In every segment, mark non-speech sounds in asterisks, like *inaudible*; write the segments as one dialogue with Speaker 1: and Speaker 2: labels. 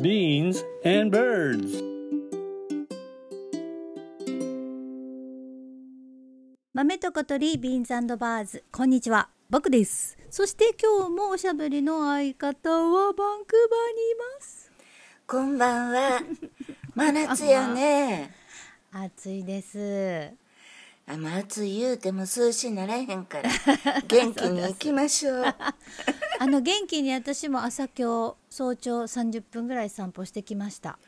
Speaker 1: Beans and birds.
Speaker 2: 豆と小鳥ビーンズバーズこんにちは僕ですそして今日もおしゃべりの相方はバンクーバーにいます
Speaker 3: こんば
Speaker 2: *laughs*
Speaker 3: んは。真夏やね。
Speaker 2: 暑いです
Speaker 3: あ真夏言うても涼しいならへ
Speaker 2: *laughs*
Speaker 3: んから。元気に行きましょう。
Speaker 2: *laughs* あの元気に私も朝今日早朝30分ぐらい散歩してきました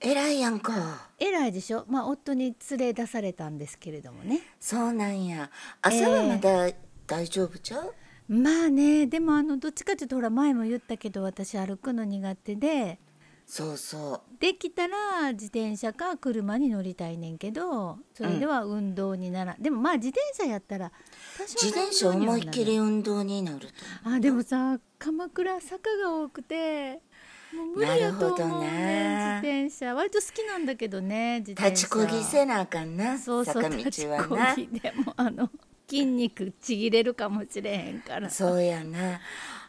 Speaker 3: えらいやんか。
Speaker 2: えらいでしょまあ夫に連れ出されたんですけれどもね
Speaker 3: そうなんや。朝はまだ大丈夫ちゃう、
Speaker 2: まあねでもあのどっちかというとほら前も言ったけど私歩くの苦手で
Speaker 3: そうそう。
Speaker 2: できたら自転車か車に乗りたいねんけどそれでは運動にならん、でもまあ自転車やったら多少
Speaker 3: 自
Speaker 2: の
Speaker 3: 転車
Speaker 2: 運動には
Speaker 3: 思
Speaker 2: ない
Speaker 3: っきり運動になると。
Speaker 2: あでもさ鎌倉坂が多くてもう無理やと思うね
Speaker 3: なるほどな
Speaker 2: 自転車割と好きなんだけどね自転車
Speaker 3: 立ちこぎせなあかんな。
Speaker 2: そうそう
Speaker 3: 坂道
Speaker 2: 立ち
Speaker 3: は
Speaker 2: こ
Speaker 3: な。
Speaker 2: ぎでもあの筋肉ちぎれるかもしれへんから
Speaker 3: そうやな。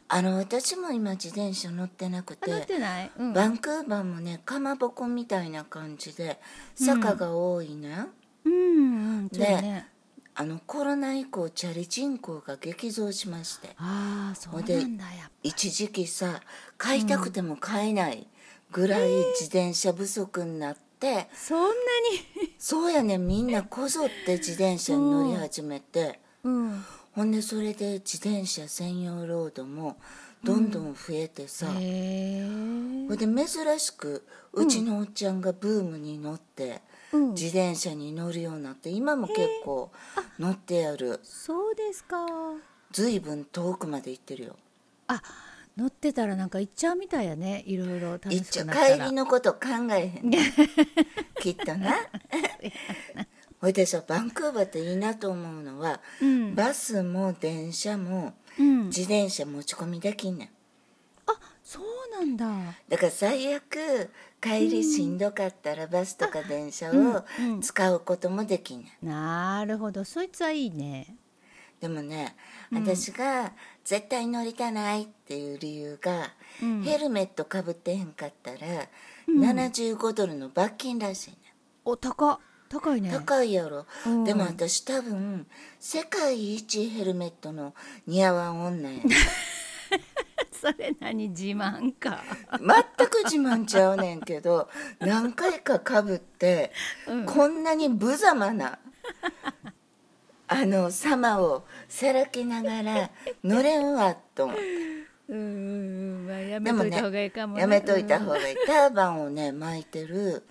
Speaker 3: あの私も今自転車乗ってなく
Speaker 2: あ乗ってない、うん、
Speaker 3: バンクーバーもねかまぼこみたいな感じで坂が多いね、
Speaker 2: うんうんそう
Speaker 3: で
Speaker 2: ね
Speaker 3: あのコロナ以降チャリ人口が激増しまして
Speaker 2: ああそうなんだやっぱ
Speaker 3: 一時期さ買いたくても買えないぐらい自転車不足になって、
Speaker 2: そんなに
Speaker 3: そうやねみんなこぞって自転車に乗り始めて、
Speaker 2: うん
Speaker 3: ほんでそれで自転車専用ロードもどんどん増えてさ、
Speaker 2: へえ
Speaker 3: ほんで珍しくうちのおっちゃんがブームに乗って、
Speaker 2: うん
Speaker 3: 自転車に乗るようになって今も結構乗ってやる
Speaker 2: そうですか
Speaker 3: 随分遠くまで行ってるよ
Speaker 2: あ乗ってたらなんか行っちゃうみたいやねいろいろ楽し
Speaker 3: 一
Speaker 2: く
Speaker 3: 応
Speaker 2: なった
Speaker 3: 帰
Speaker 2: ら
Speaker 3: りのこと考えへ
Speaker 2: *laughs*
Speaker 3: んねきっとなほいでさバンクーバーっていいなと思うのは、
Speaker 2: うん
Speaker 3: バスも電車も
Speaker 2: うん
Speaker 3: 自転車持ち込みできんねん
Speaker 2: あそうなんだ
Speaker 3: だから最悪帰りしんどかったらバスとか電車を使うこともできんねん
Speaker 2: なるほどそいつはいいね
Speaker 3: でもね、私が絶対乗りたないっていう理由が、
Speaker 2: うん
Speaker 3: ヘルメットかぶってへんかったら、75ドルの罰金らしいね、
Speaker 2: お高高いね
Speaker 3: 高いやろ、
Speaker 2: うん
Speaker 3: でも私多分世界一ヘルメットの似合わん女や
Speaker 2: *laughs* それ何自慢か
Speaker 3: 全く自慢ちゃうねんけど何回かかぶって、こんなに無様なあの様をさらけながら乗れんわと思って。
Speaker 2: *laughs* うんうんうんまあやめ
Speaker 3: でも
Speaker 2: とい
Speaker 3: ね
Speaker 2: た方がいいかもね
Speaker 3: やめといた方
Speaker 2: うんあ
Speaker 3: がいいターバンをね巻いてる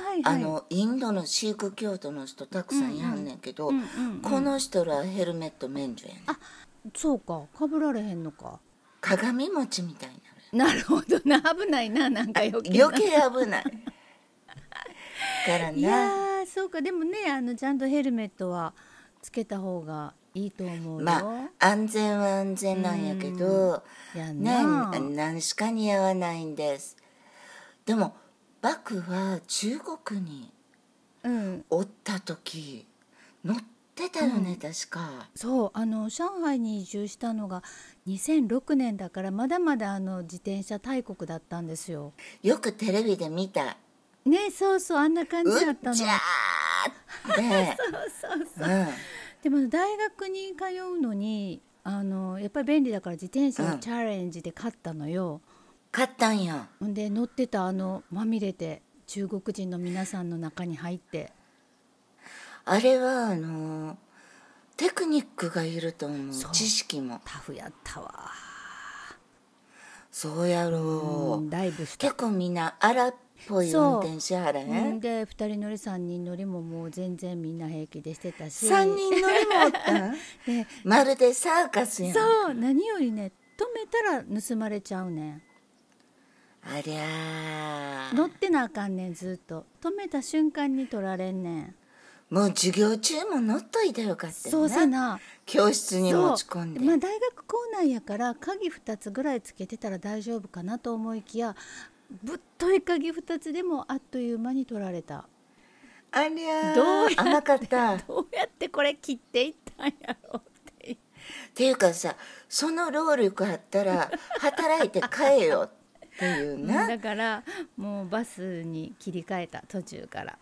Speaker 2: はい
Speaker 3: あ
Speaker 2: はい
Speaker 3: のインドのシーク教徒の人たくさんやんねんけど、
Speaker 2: うんうん
Speaker 3: この人らヘルメット免除やねん
Speaker 2: あそうかかぶられへんの
Speaker 3: *laughs*
Speaker 2: か
Speaker 3: 鏡餅みたいに
Speaker 2: なるほどな危ないななんか
Speaker 3: な
Speaker 2: 余計
Speaker 3: る
Speaker 2: な
Speaker 3: 余計危ないから
Speaker 2: いや
Speaker 3: な
Speaker 2: ーそうかでもねあのちゃんとヘルメットはつけた方がいいと思うよ。
Speaker 3: まあ安全は安全なんやけど、
Speaker 2: うんやん
Speaker 3: ね
Speaker 2: な
Speaker 3: 何しか似合わないんですでもバクは中国に
Speaker 2: うん、
Speaker 3: おった時乗ってたよね、確か。
Speaker 2: そうあの上海に移住したのが2006年だからまだまだあの自転車大国だったんですよ。
Speaker 3: よくテレビで見た
Speaker 2: ねそうそうあんな感
Speaker 3: う
Speaker 2: じだっ
Speaker 3: った
Speaker 2: の
Speaker 3: ち。ゃーって、うん、
Speaker 2: でも大学に通うのにあのやっぱり便利だから自転車
Speaker 3: う
Speaker 2: を
Speaker 3: ん
Speaker 2: チャレンジで買ったのよ。
Speaker 3: 買ったんや
Speaker 2: ほんで乗ってたあのまみれて中国人の皆さんの中に入って。
Speaker 3: あれはあのーテクニックがいると思う
Speaker 2: そう
Speaker 3: 知識も
Speaker 2: タフやったわ。
Speaker 3: そうやろう、
Speaker 2: うんダイブした
Speaker 3: 結構みんな荒っぽい運転しはらへ
Speaker 2: うん、
Speaker 3: *laughs* ん
Speaker 2: で2人乗り3人乗りももう全然みんな平気でしてたし
Speaker 3: 3人乗りもおったん
Speaker 2: で
Speaker 3: まるでサーカスやん
Speaker 2: そう何よりね止めたら盗まれちゃうね
Speaker 3: ありゃ
Speaker 2: ん乗
Speaker 3: ー
Speaker 2: ってなあかんねんずっと止めた瞬間に取られんねん
Speaker 3: もう授業中も乗っといたらよかった
Speaker 2: そうせ
Speaker 3: よな
Speaker 2: な
Speaker 3: 教室に持ち込んで、
Speaker 2: そうまあ、大学校内やから鍵2つぐらいつけてたら大丈夫かなと思いきやぶっとい鍵2つでもあっという間に取られた
Speaker 3: ありゃー
Speaker 2: どうやって
Speaker 3: 甘かった
Speaker 2: どうやってこれ切っていったんやろうって *laughs*
Speaker 3: っていうかさその労力あったら働いて買えよっっていうな、
Speaker 2: だからもうバスに切り替えた途中から、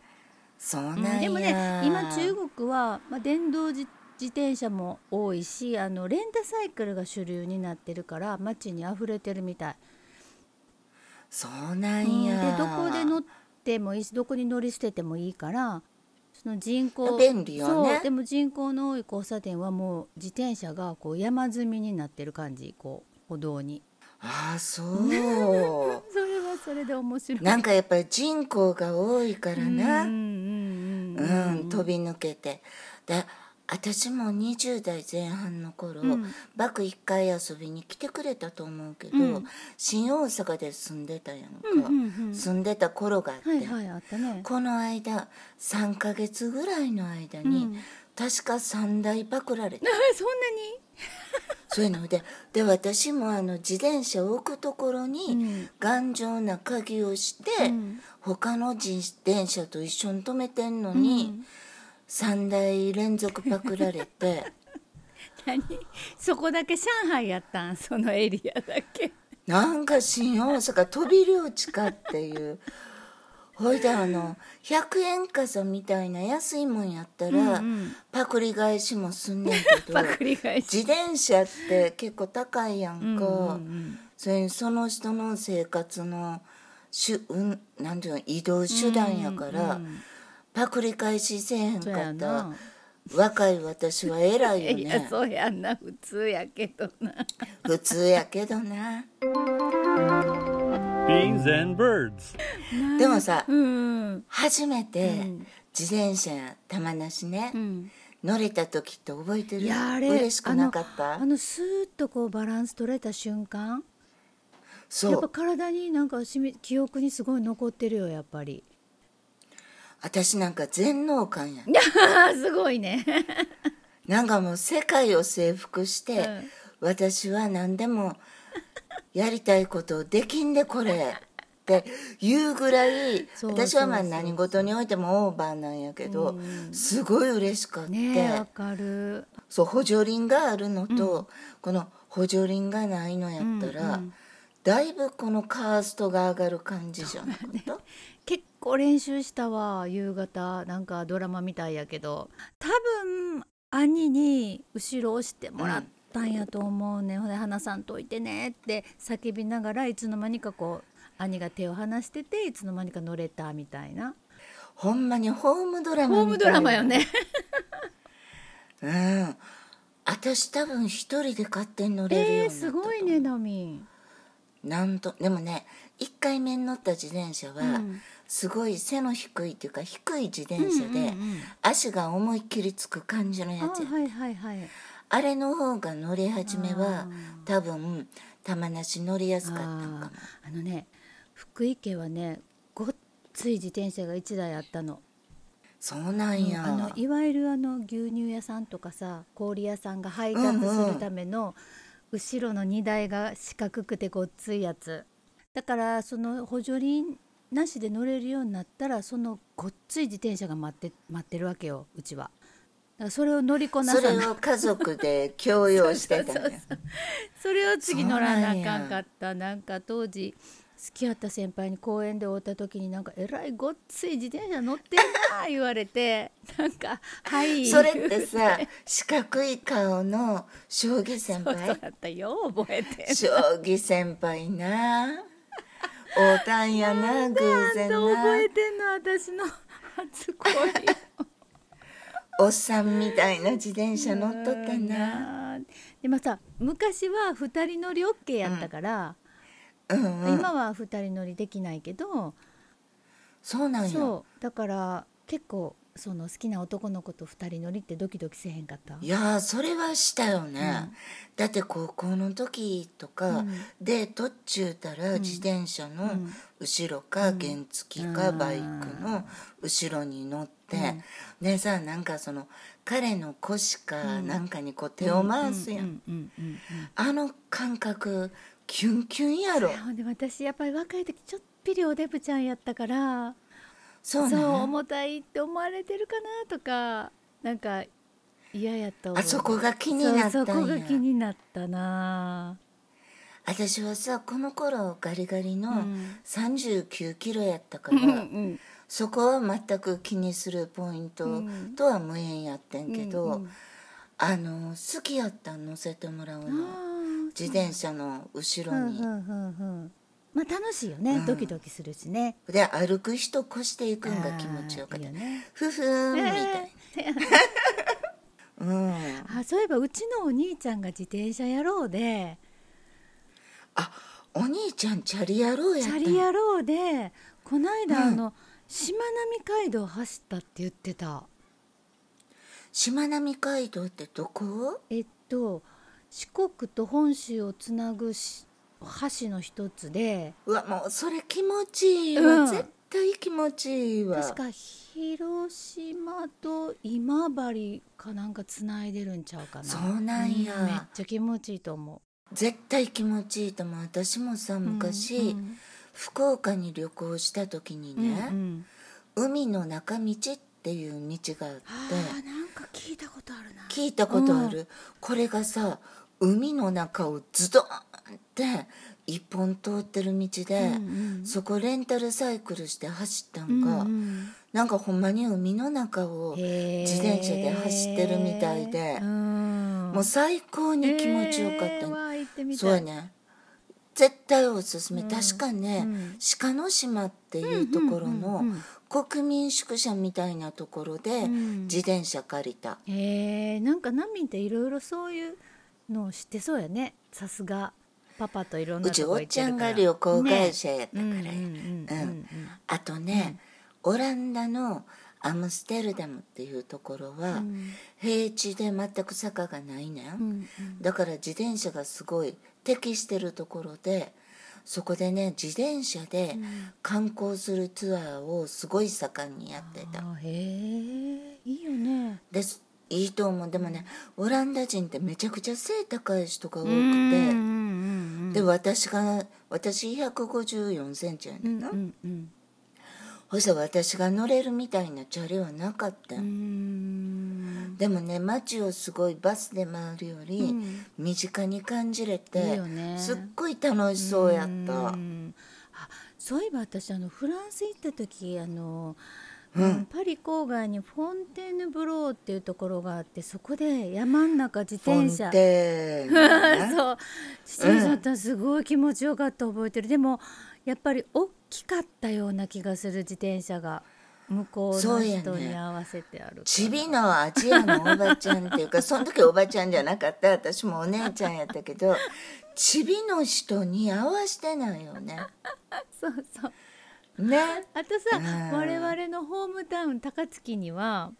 Speaker 3: そうな
Speaker 2: うん
Speaker 3: んや、
Speaker 2: でもね今中国は、まあ、電動自自転車も多いしあのレンタサイクルが主流になってるから街に溢れてるみたい、
Speaker 3: そうな
Speaker 2: うんん
Speaker 3: や、
Speaker 2: でどこで乗ってもいいしどこに乗り捨ててもいいからその人口
Speaker 3: 便利よね
Speaker 2: そうでも人口の多い交差点はもう自転車がこう山積みになってる感じこう歩道に
Speaker 3: あ
Speaker 2: *laughs*
Speaker 3: あそう
Speaker 2: それはそれで面白い
Speaker 3: なんかやっぱり人口が多いからな、
Speaker 2: うんうんうんうん
Speaker 3: うん、飛び抜けてで私も20代前半の頃、
Speaker 2: うん
Speaker 3: バク1回遊びに来てくれたと思うけど、
Speaker 2: うん
Speaker 3: 新大阪で住んでたやんか、
Speaker 2: うんうんうん
Speaker 3: 住んでた頃があって、
Speaker 2: はいはいあったね
Speaker 3: この間3ヶ月ぐらいの間に、
Speaker 2: うん
Speaker 3: 確か3台パクられ
Speaker 2: *laughs*
Speaker 3: た
Speaker 2: そんなに
Speaker 3: そういうのでで私もあの自転車を置くところに頑丈な鍵をして、
Speaker 2: うん
Speaker 3: 他の自転車と一緒に止めてんのに、3台連続パクられて *laughs*
Speaker 2: 何そこだけ上海やったんそのエリアだけ
Speaker 3: なんか新大阪飛び領地かっていう。ほいであの100円傘みたいな安いもんやったら、
Speaker 2: うんうん
Speaker 3: パクリ返しもすんねんけど
Speaker 2: *laughs* パクリ返し
Speaker 3: 自転車って結構高いやん
Speaker 2: う
Speaker 3: か、
Speaker 2: んうんうん
Speaker 3: それにその人の生活のしゅ、うん、なんていうの移動手段やから、
Speaker 2: うんうんうん
Speaker 3: パクリ返しせえへん
Speaker 2: そう
Speaker 3: か
Speaker 2: や
Speaker 3: っ
Speaker 2: な
Speaker 3: た若い私は偉いよ
Speaker 2: *laughs* いや
Speaker 3: ね
Speaker 2: そうやんな普通やけどな
Speaker 3: 普通やけどな
Speaker 1: Beans and birds.
Speaker 3: でもさ、
Speaker 2: うん
Speaker 3: 初めて自転車玉なしね、
Speaker 2: うん
Speaker 3: 乗れた時って覚えてる
Speaker 2: いやあれ
Speaker 3: 嬉しくなかっ
Speaker 2: あ
Speaker 3: た
Speaker 2: のあのスーッとこうバランス取れた瞬間や
Speaker 3: そ
Speaker 2: っぱ
Speaker 3: う
Speaker 2: 体になんかしみ記憶にすごい残ってるよやっぱり
Speaker 3: 私なんか全能感や
Speaker 2: すごいね
Speaker 3: なんかもう世界を征服して、私は何でもやりたいことをできんでこれって言うぐらい
Speaker 2: そう
Speaker 3: 私はまあ
Speaker 2: そうそう
Speaker 3: 何事においてもオーバーなんやけど、すごい嬉しかって、
Speaker 2: ねえわかる
Speaker 3: そう補助輪があるのと、この補助輪がないのやったら、だいぶこのカーストが上がる感じじゃなかった、
Speaker 2: 結構練習したわ夕方なんかドラマみたいやけど多分兄に後ろ押してもらったんやと思うね、ほんで「花さんといてね」って叫びながらいつの間にかこう兄が手を離してていつの間にか乗れたみたいな
Speaker 3: ほんまにホームドラマ
Speaker 2: ホームドラマよ
Speaker 3: ね
Speaker 2: ね
Speaker 3: うん私多分一人で勝手に乗れるように
Speaker 2: えー、
Speaker 3: なったと
Speaker 2: す
Speaker 3: 思う
Speaker 2: ごいねナミン
Speaker 3: なんとでもね1回目に乗った自転車
Speaker 2: う
Speaker 3: は、
Speaker 2: ん
Speaker 3: すごい背の低いっていうか低い自転車で、
Speaker 2: うんうんうん
Speaker 3: 足が思いっきりつく感じの
Speaker 2: あ
Speaker 3: やつや
Speaker 2: はいはいはい
Speaker 3: あれの方が乗り始め
Speaker 2: あ
Speaker 3: は多分玉なし乗りやすかった
Speaker 2: あ
Speaker 3: んかも
Speaker 2: ーあのね福井家はねごっつい自転車が1台あったの。
Speaker 3: そうなんや、
Speaker 2: あのいわゆるあの牛乳屋さんとかさ氷屋さんが配達するための後ろの荷台が四角くてごっついやつだからその補助輪なしで乗れるようになったらそのごっつい自転車が待って待ってるわけようちはだからそれを乗りこな
Speaker 3: そ
Speaker 2: さ
Speaker 3: れ
Speaker 2: な
Speaker 3: を家族で共用し
Speaker 2: *laughs*
Speaker 3: てたんや
Speaker 2: それを次乗らなあか
Speaker 3: そ
Speaker 2: ん
Speaker 3: うなん
Speaker 2: か
Speaker 3: や
Speaker 2: ったなんか当時付き合った先輩に公園で会った時になんか「えらいごっつい自転車乗ってんな」言われてなんか「はい」
Speaker 3: それってさ四角い顔の将棋先
Speaker 2: そう
Speaker 3: 輩
Speaker 2: だったよ覚えて
Speaker 3: 将棋先輩な大たんやな *laughs* 偶然
Speaker 2: ちゃんと覚
Speaker 3: な
Speaker 2: えてんの私の初恋
Speaker 3: おっさんみたいな自転車乗っとったな
Speaker 2: でまあさ昔は2人乗り OK やったから、
Speaker 3: うんうん
Speaker 2: 今は2人乗りできないけど、
Speaker 3: そうなんよ
Speaker 2: そうだから結構その好きな男の子と2人乗りってドキドキせえへんかった
Speaker 3: いやーそれはしたよね、だって高校の時とか、
Speaker 2: うん
Speaker 3: デートっちゅうたら自転車の後ろか原付か
Speaker 2: うん
Speaker 3: バイクの後ろに乗って、でさなんかその彼の腰かなんかにこう手を回すやん、
Speaker 2: うんうんうん
Speaker 3: あの感覚キュンキュンやろ
Speaker 2: うんほんで私やっぱり若い時ちょっぴりおデブちゃんやったから
Speaker 3: そうなん
Speaker 2: そう
Speaker 3: や
Speaker 2: 重たいって思われてるかなとかなんか嫌やった覚え
Speaker 3: あそこが気になったんや
Speaker 2: そうそこが気になったな
Speaker 3: 私はさこの頃ガリガリの
Speaker 2: ん
Speaker 3: 39キロやったから、
Speaker 2: うん
Speaker 3: そこは全く気にするポイントとは無縁やってんけど、
Speaker 2: うんうん
Speaker 3: あの好きやったん乗せてもらうの自転車の後ろ
Speaker 2: うん
Speaker 3: に、
Speaker 2: うんうんうんまあ楽しいよね、ドキドキするしね
Speaker 3: で歩く人越していくんが気持ちよかった
Speaker 2: あーいいよね
Speaker 3: ふふーんみたいな、 *laughs* うん、
Speaker 2: あそういえばうちのお兄ちゃんが自転車野郎で
Speaker 3: あお兄ちゃんチャリ野郎や
Speaker 2: チ
Speaker 3: った
Speaker 2: ャ
Speaker 3: ん
Speaker 2: リ野郎でこないだあ
Speaker 3: うん
Speaker 2: の、しまなみ海道走ったって言ってた
Speaker 3: しまなみ海道ってどこ
Speaker 2: えっと四国と本州をつなぐし橋の一つで
Speaker 3: うわもうそれ気持ちいいわ、
Speaker 2: うん
Speaker 3: 絶対気持ちいいわ
Speaker 2: 確か広島と今治かなんかつないでるんちゃうかな
Speaker 3: そうなんや
Speaker 2: うめっちゃ気持ちいいと思う
Speaker 3: 絶対気持ちいいと思う私もさ昔、
Speaker 2: うん
Speaker 3: 福岡に旅行した時に
Speaker 2: うん
Speaker 3: ね、
Speaker 2: うんうん
Speaker 3: 海の中道っていう道があって
Speaker 2: あーなんか聞いたことあるな
Speaker 3: 聞いたことある、これがさ海の中をズドーンって一本通ってる道で、
Speaker 2: うんうん
Speaker 3: そこレンタルサイクルして走った
Speaker 2: うんん
Speaker 3: が、
Speaker 2: うん
Speaker 3: なんかほんまに海の中を
Speaker 2: へー
Speaker 3: 自転車で走ってるみたいで、
Speaker 2: うん
Speaker 3: もう最高に気持ちよかった、
Speaker 2: えーわあ行ってみたい
Speaker 3: そうやね絶対おすすめ、確かね、
Speaker 2: うん
Speaker 3: 鹿の島っていうところ
Speaker 2: うんうん
Speaker 3: の
Speaker 2: うん
Speaker 3: 国民宿舎みたいなところで
Speaker 2: ん
Speaker 3: 自転車借りた、
Speaker 2: えー、なんかナミンっていろいろそういうのを知ってそうやねさすがパパといろん
Speaker 3: う
Speaker 2: な
Speaker 3: ち
Speaker 2: と
Speaker 3: お
Speaker 2: こ
Speaker 3: っ
Speaker 2: 行っ
Speaker 3: ち
Speaker 2: て
Speaker 3: ゃん
Speaker 2: るから
Speaker 3: が旅行会
Speaker 2: ね
Speaker 3: 社やったから
Speaker 2: うんうん
Speaker 3: や、
Speaker 2: うんうん
Speaker 3: あとね、オランダのアムステルダムっていうところは、
Speaker 2: ん
Speaker 3: 平地で全く坂がないねん、
Speaker 2: うん
Speaker 3: だから自転車がすごい適してるところでそこでね自転車で観光するツアーをすごい盛んにやってた、
Speaker 2: あーへえいいよね
Speaker 3: ですいいと思うでもねオランダ人ってめちゃくちゃ背高い人が多く
Speaker 2: う
Speaker 3: て、
Speaker 2: ん
Speaker 3: で私が私1 5 4センチやね
Speaker 2: うんん
Speaker 3: な、
Speaker 2: うんうん
Speaker 3: ほいさ私が乗れるみたいなチャリはなかった、
Speaker 2: うんん
Speaker 3: でもね街をすごいバスで回るより
Speaker 2: ん
Speaker 3: 身近に感じれ
Speaker 2: いい
Speaker 3: て、
Speaker 2: よね
Speaker 3: すっごい楽しそうやった、
Speaker 2: んあそういえば私あのフランス行った時あの、
Speaker 3: うん
Speaker 2: パリ郊外にフォンテーヌブローっていうところがあってそこで山ん中自転
Speaker 3: フォン
Speaker 2: 車
Speaker 3: テーヌね
Speaker 2: そう自転車乗ったのすごい気持ちよかった覚えてる、でもやっぱり大きかったような気がする自転車が向こう
Speaker 3: そ
Speaker 2: の
Speaker 3: うやね
Speaker 2: 人に合わせてある
Speaker 3: ちびのアジアのおばちゃんっていう
Speaker 2: *laughs*
Speaker 3: かその時おばちゃんじゃなかった私もお姉ちゃんやったけどちびの人に合わしてないよね
Speaker 2: そうそう
Speaker 3: ね
Speaker 2: あとさ、
Speaker 3: うん
Speaker 2: 我々のホームタウン高槻には、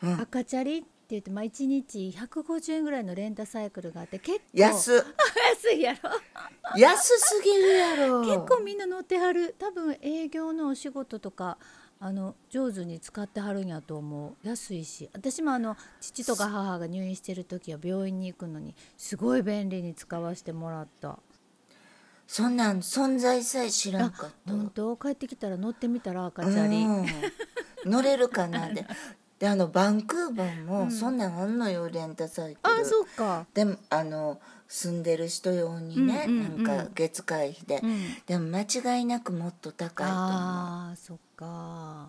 Speaker 3: うん
Speaker 2: 赤チャリって言って、まあ、1日150円ぐらいのレンタサイクルがあって結構安
Speaker 3: 安
Speaker 2: いやろ
Speaker 3: 安すぎるやろ
Speaker 2: 結構みんな乗ってはる多分営業のお仕事とかあの上手に使ってはるんやと思う安いし私もあの父とか母が入院してる時は病院に行くのにすごい便利に使わせてもらった
Speaker 3: そんなん存在さえ知らんかった
Speaker 2: 本当帰ってきたら乗ってみたら赤チャリ、
Speaker 3: うん乗れるかなでであのバンクーバーもそんなんあんのよレンタサイクル、
Speaker 2: あそうか
Speaker 3: でもあの住んでる人用にね、
Speaker 2: うんうんうん
Speaker 3: なんか月会費で、
Speaker 2: うん
Speaker 3: でも間違いなくもっと高いと思
Speaker 2: ああーそっか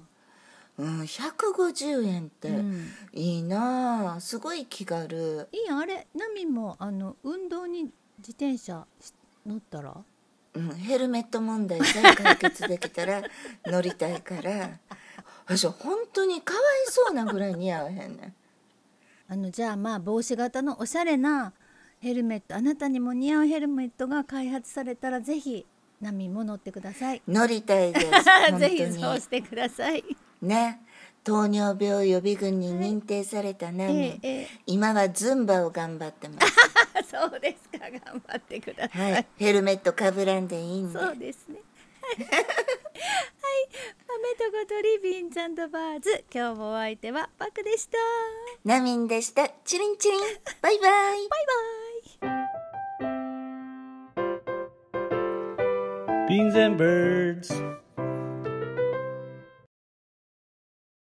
Speaker 3: う、うん、150円って
Speaker 2: うん
Speaker 3: いいなあすごい気軽
Speaker 2: いいやんあれナミもあの運動に自転車し乗ったら
Speaker 3: うん、ヘルメット問題さえ解決でき
Speaker 2: *laughs*
Speaker 3: たら乗りたいから私本当にかわいそうなぐらい似合わへんねん
Speaker 2: あのじゃあまあ帽子型のおしゃれなヘルメットあなたにも似合うヘルメットが開発されたらぜひナミも乗ってくだ *laughs* さい
Speaker 3: 乗りたいです本当
Speaker 2: ぜひそう
Speaker 3: に
Speaker 2: してください *laughs*
Speaker 3: ね糖尿病予備軍に認定されたナミ、
Speaker 2: ええええ
Speaker 3: 今はズンバを頑張ってます
Speaker 2: *laughs* あそうですか頑張ってください、
Speaker 3: はい、ヘルメットかぶらんでいいんで。
Speaker 2: そうですねはい豆とごとリビンちゃんとバーズ今日もお相手はパクでした
Speaker 3: ナミンでした。チリンチリン。バイバイ。
Speaker 2: バイバイ
Speaker 1: Beans and birds.